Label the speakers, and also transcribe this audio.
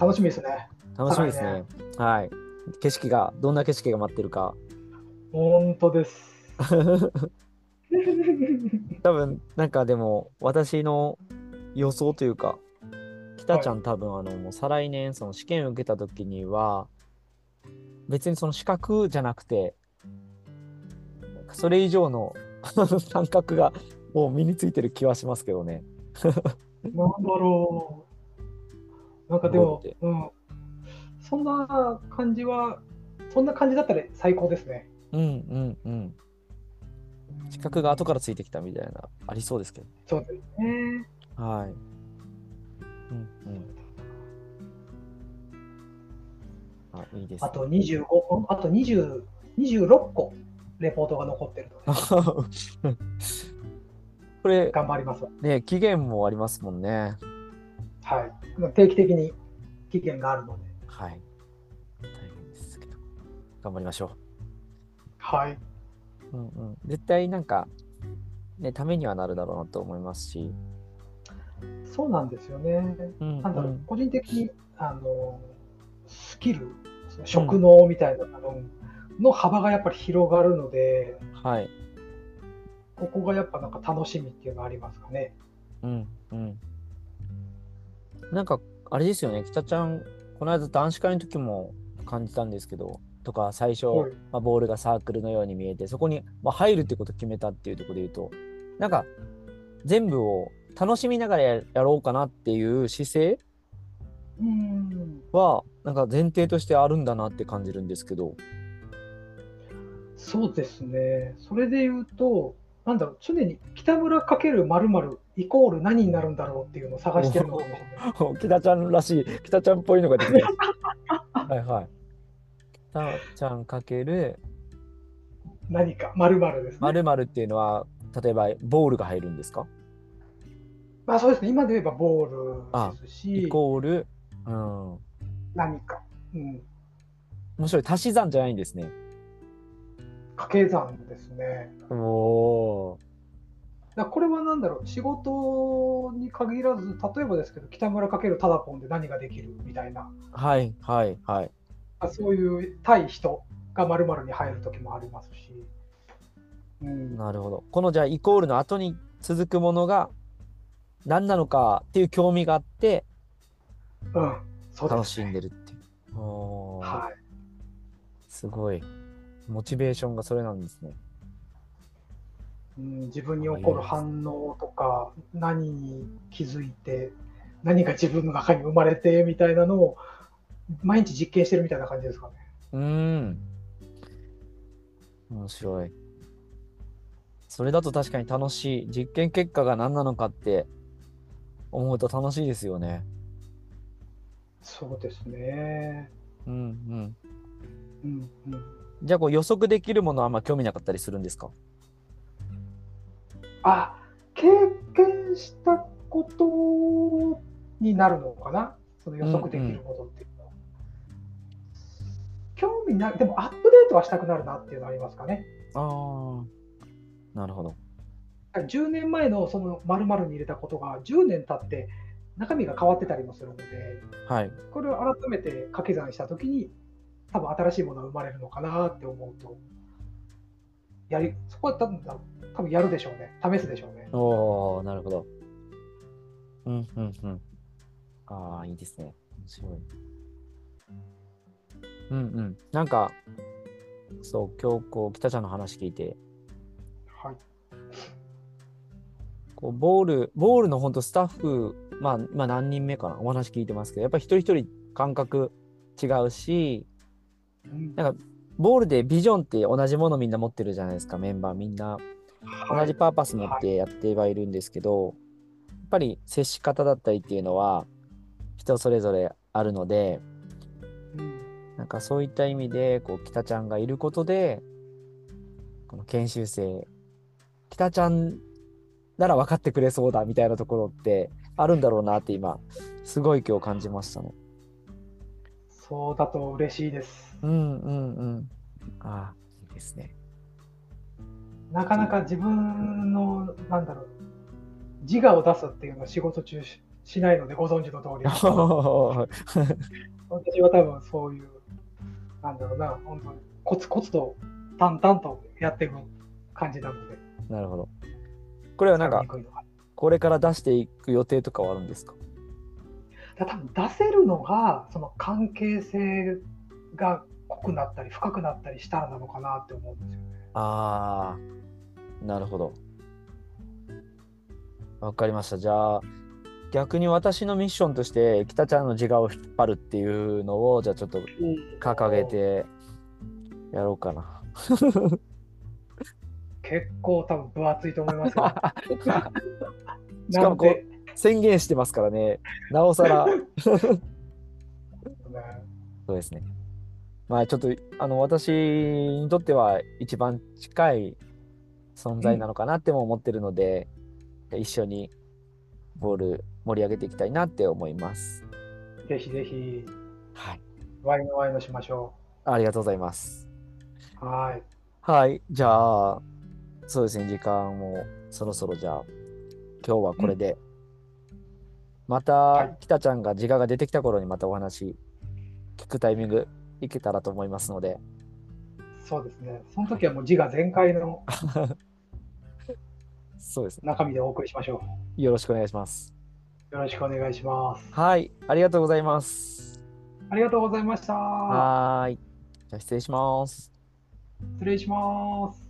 Speaker 1: 楽しみですね。
Speaker 2: 楽しみですね。はい。景色が、どんな景色が待ってるか。
Speaker 1: 本 当です。
Speaker 2: 多分なんかでも私の予想というか北ちゃん多分あのもう再来年その試験受けた時には別にその資格じゃなくてなんかそれ以上の 感覚がもう身についてる気はしますけどね。
Speaker 1: なんだろう。なんかでも
Speaker 2: どうって、
Speaker 1: うん、そんな感じは、そんな感じだったら最高ですね。
Speaker 2: うんうんうん。資格が後からついてきたみたいなありそうですけ
Speaker 1: そうですね。
Speaker 2: ど。はい。うんうん。あいいです
Speaker 1: あ
Speaker 2: ね。
Speaker 1: と25、うんあと20 26個レポートが残ってるので、
Speaker 2: これ
Speaker 1: 頑張りますわ。
Speaker 2: ね期限もありますもんね。
Speaker 1: はい。定期的に期限があるので。
Speaker 2: はい。大変ですけど頑張りましょ
Speaker 1: はい。
Speaker 2: う。うんうん、絶対なんかねためにはなるだろうなと思いますし。
Speaker 1: そうなんですよね。
Speaker 2: うんうん
Speaker 1: なんだろう、個人的に、あの、スキル、その職能みたいなのの幅がやっぱり広がるので、
Speaker 2: はい。
Speaker 1: ここがやっぱなんか楽しみっていうのはありますかね。
Speaker 2: うんうん。なんかあれですよね北ちゃんこの間男子会の時も感じたんですけど。とか最初、
Speaker 1: はい
Speaker 2: まあ、ボールがサークルのように見えてそこに、まあ、入るってことを決めたっていうところで言うとなんか全部を楽しみながらややろうかなっていう姿勢
Speaker 1: うん。
Speaker 2: はなんか前提としてあるんだなって感じるんですけど。
Speaker 1: そうですね。それで言うと、なんだろう、常に北村かける〇〇イコール何になるんだろうっていうのを探してるのかもしれない。
Speaker 2: 北ちゃんらしい、北ちゃんっぽいのが出てきた。 はいはい。北ちゃんかける
Speaker 1: 何か〇〇ですね。
Speaker 2: 〇〇っていうのは、例えばボールが入るんですか
Speaker 1: まあそうですね。今で言えばボールです
Speaker 2: イ
Speaker 1: し、
Speaker 2: コール、うん。
Speaker 1: 何か。うん。
Speaker 2: 面白い。足し算じゃないんですね。
Speaker 1: 掛け算ですね。
Speaker 2: おお
Speaker 1: だからこれは何だろう、仕事に限らず、例えばですけど、北村かけるただぽんで何ができるみたいな、
Speaker 2: ー。はいはいはい。
Speaker 1: あそういう対人が〇〇に入る時もありますし、うん、
Speaker 2: なるほど。このじゃあイコールの後に続くものが何なのかっていう興味があって
Speaker 1: うん、そうで
Speaker 2: 楽
Speaker 1: す
Speaker 2: し
Speaker 1: ね、
Speaker 2: んでるっていう。おー
Speaker 1: はい。
Speaker 2: すごい。モチベーションがそれなんですね。
Speaker 1: うん、自分に起こる反応とか、何に気づいて、何が自分の中に生まれてみたいなのを、毎日実験してるみたいな感じですかね。
Speaker 2: うーん。面白い。それだと確かに楽しい。実験結果が何なのかって思うと楽しいですよね。
Speaker 1: そうですね。
Speaker 2: うんうん。
Speaker 1: うんうん、
Speaker 2: じゃあこう予測できるものはあんま興味なかったりするんですか
Speaker 1: あ経験したことになるのかなその予測できることっていうのは、興味ないでもアップデートはしたくなるなっていうのはありますかね
Speaker 2: ああ。なるほど。
Speaker 1: 10年前のその〇〇に入れたことが10年経って中身が変わってたりもするので
Speaker 2: はい。
Speaker 1: これを改めて掛け算した時に多分新しいものが生まれるのかなって思うとやりそこは多分多分やるでしょうね試すでしょうね
Speaker 2: おおなるほど。うんうんうん。ああ、いいですね。面白い。うんうん。なんか、そう、今日こう、北ちゃんの話聞いて、
Speaker 1: はい
Speaker 2: こうボール、ボールの本当スタッフ、まあ、今何人目かな、お話聞いてますけど、やっぱり一人一人感覚違うし、
Speaker 1: うん
Speaker 2: なんか、ボールでビジョンって同じものみんな持ってるじゃないですか、メンバーみんな。
Speaker 1: は
Speaker 2: 同
Speaker 1: い
Speaker 2: じパーパス持ってやってはいるんですけど、やっぱり接し方だったりっていうのは人それぞれあるので
Speaker 1: うん
Speaker 2: なんかそういった意味でこう北ちゃんがいることでこの研修生北ちゃんなら分かってくれそうだみたいなところってあるんだろうなって今すごい今日感じましたね。
Speaker 1: そうだと嬉しいです。
Speaker 2: うんうんうん。ああいいですね。
Speaker 1: なかなか自分の、なんだろう、自我を出すっていうのは仕事中しししないのでご存知の通り
Speaker 2: は
Speaker 1: 私は多分そういうなんだろうな本当にコツコツと淡々とやっていく感じなので
Speaker 2: いなるほど。これはなん
Speaker 1: 疲れ
Speaker 2: か
Speaker 1: に、くいのが
Speaker 2: これから出していく予定とかはあるんですか
Speaker 1: ただ多分出せるのがその関係性が濃くなったり深くなったりしたらなのかなって思うんですよね
Speaker 2: ああ、なるほど。わかりました。じゃあ、逆に私のミッションとして、北ちゃんの自我を引っ張るっていうのを、じゃあちょっと掲げてやろうか な。
Speaker 1: 結構多分分厚いと思いますよ
Speaker 2: しかもこう
Speaker 1: なんで
Speaker 2: 宣言してますからね、なおさら。
Speaker 1: ね
Speaker 2: そうですね。まあちょっとあの私にとっては一番近い存在なのかなっても思ってるので、一緒にボール盛り上げていきたいなって思います。
Speaker 1: ぜひぜひ
Speaker 2: はい。
Speaker 1: ワイのワイのしましょ
Speaker 2: ありがとうございます。
Speaker 1: うはい
Speaker 2: はい。じゃあ、そうですね、時間もそろそろじゃあ、今日はこれで、ま
Speaker 1: は
Speaker 2: た、きたちゃんが自我が出てきた頃にまたお話聞くタイミングいけたらと思いますので、
Speaker 1: そうですねその時はもう字が全開の
Speaker 2: そうですね。
Speaker 1: 中身でお送りしましょ
Speaker 2: よろしくお願いします。
Speaker 1: うよろしくお願いします
Speaker 2: はい、ありがとうございます。
Speaker 1: ありがとうございました
Speaker 2: はーい。じゃあ失礼します。
Speaker 1: 失礼します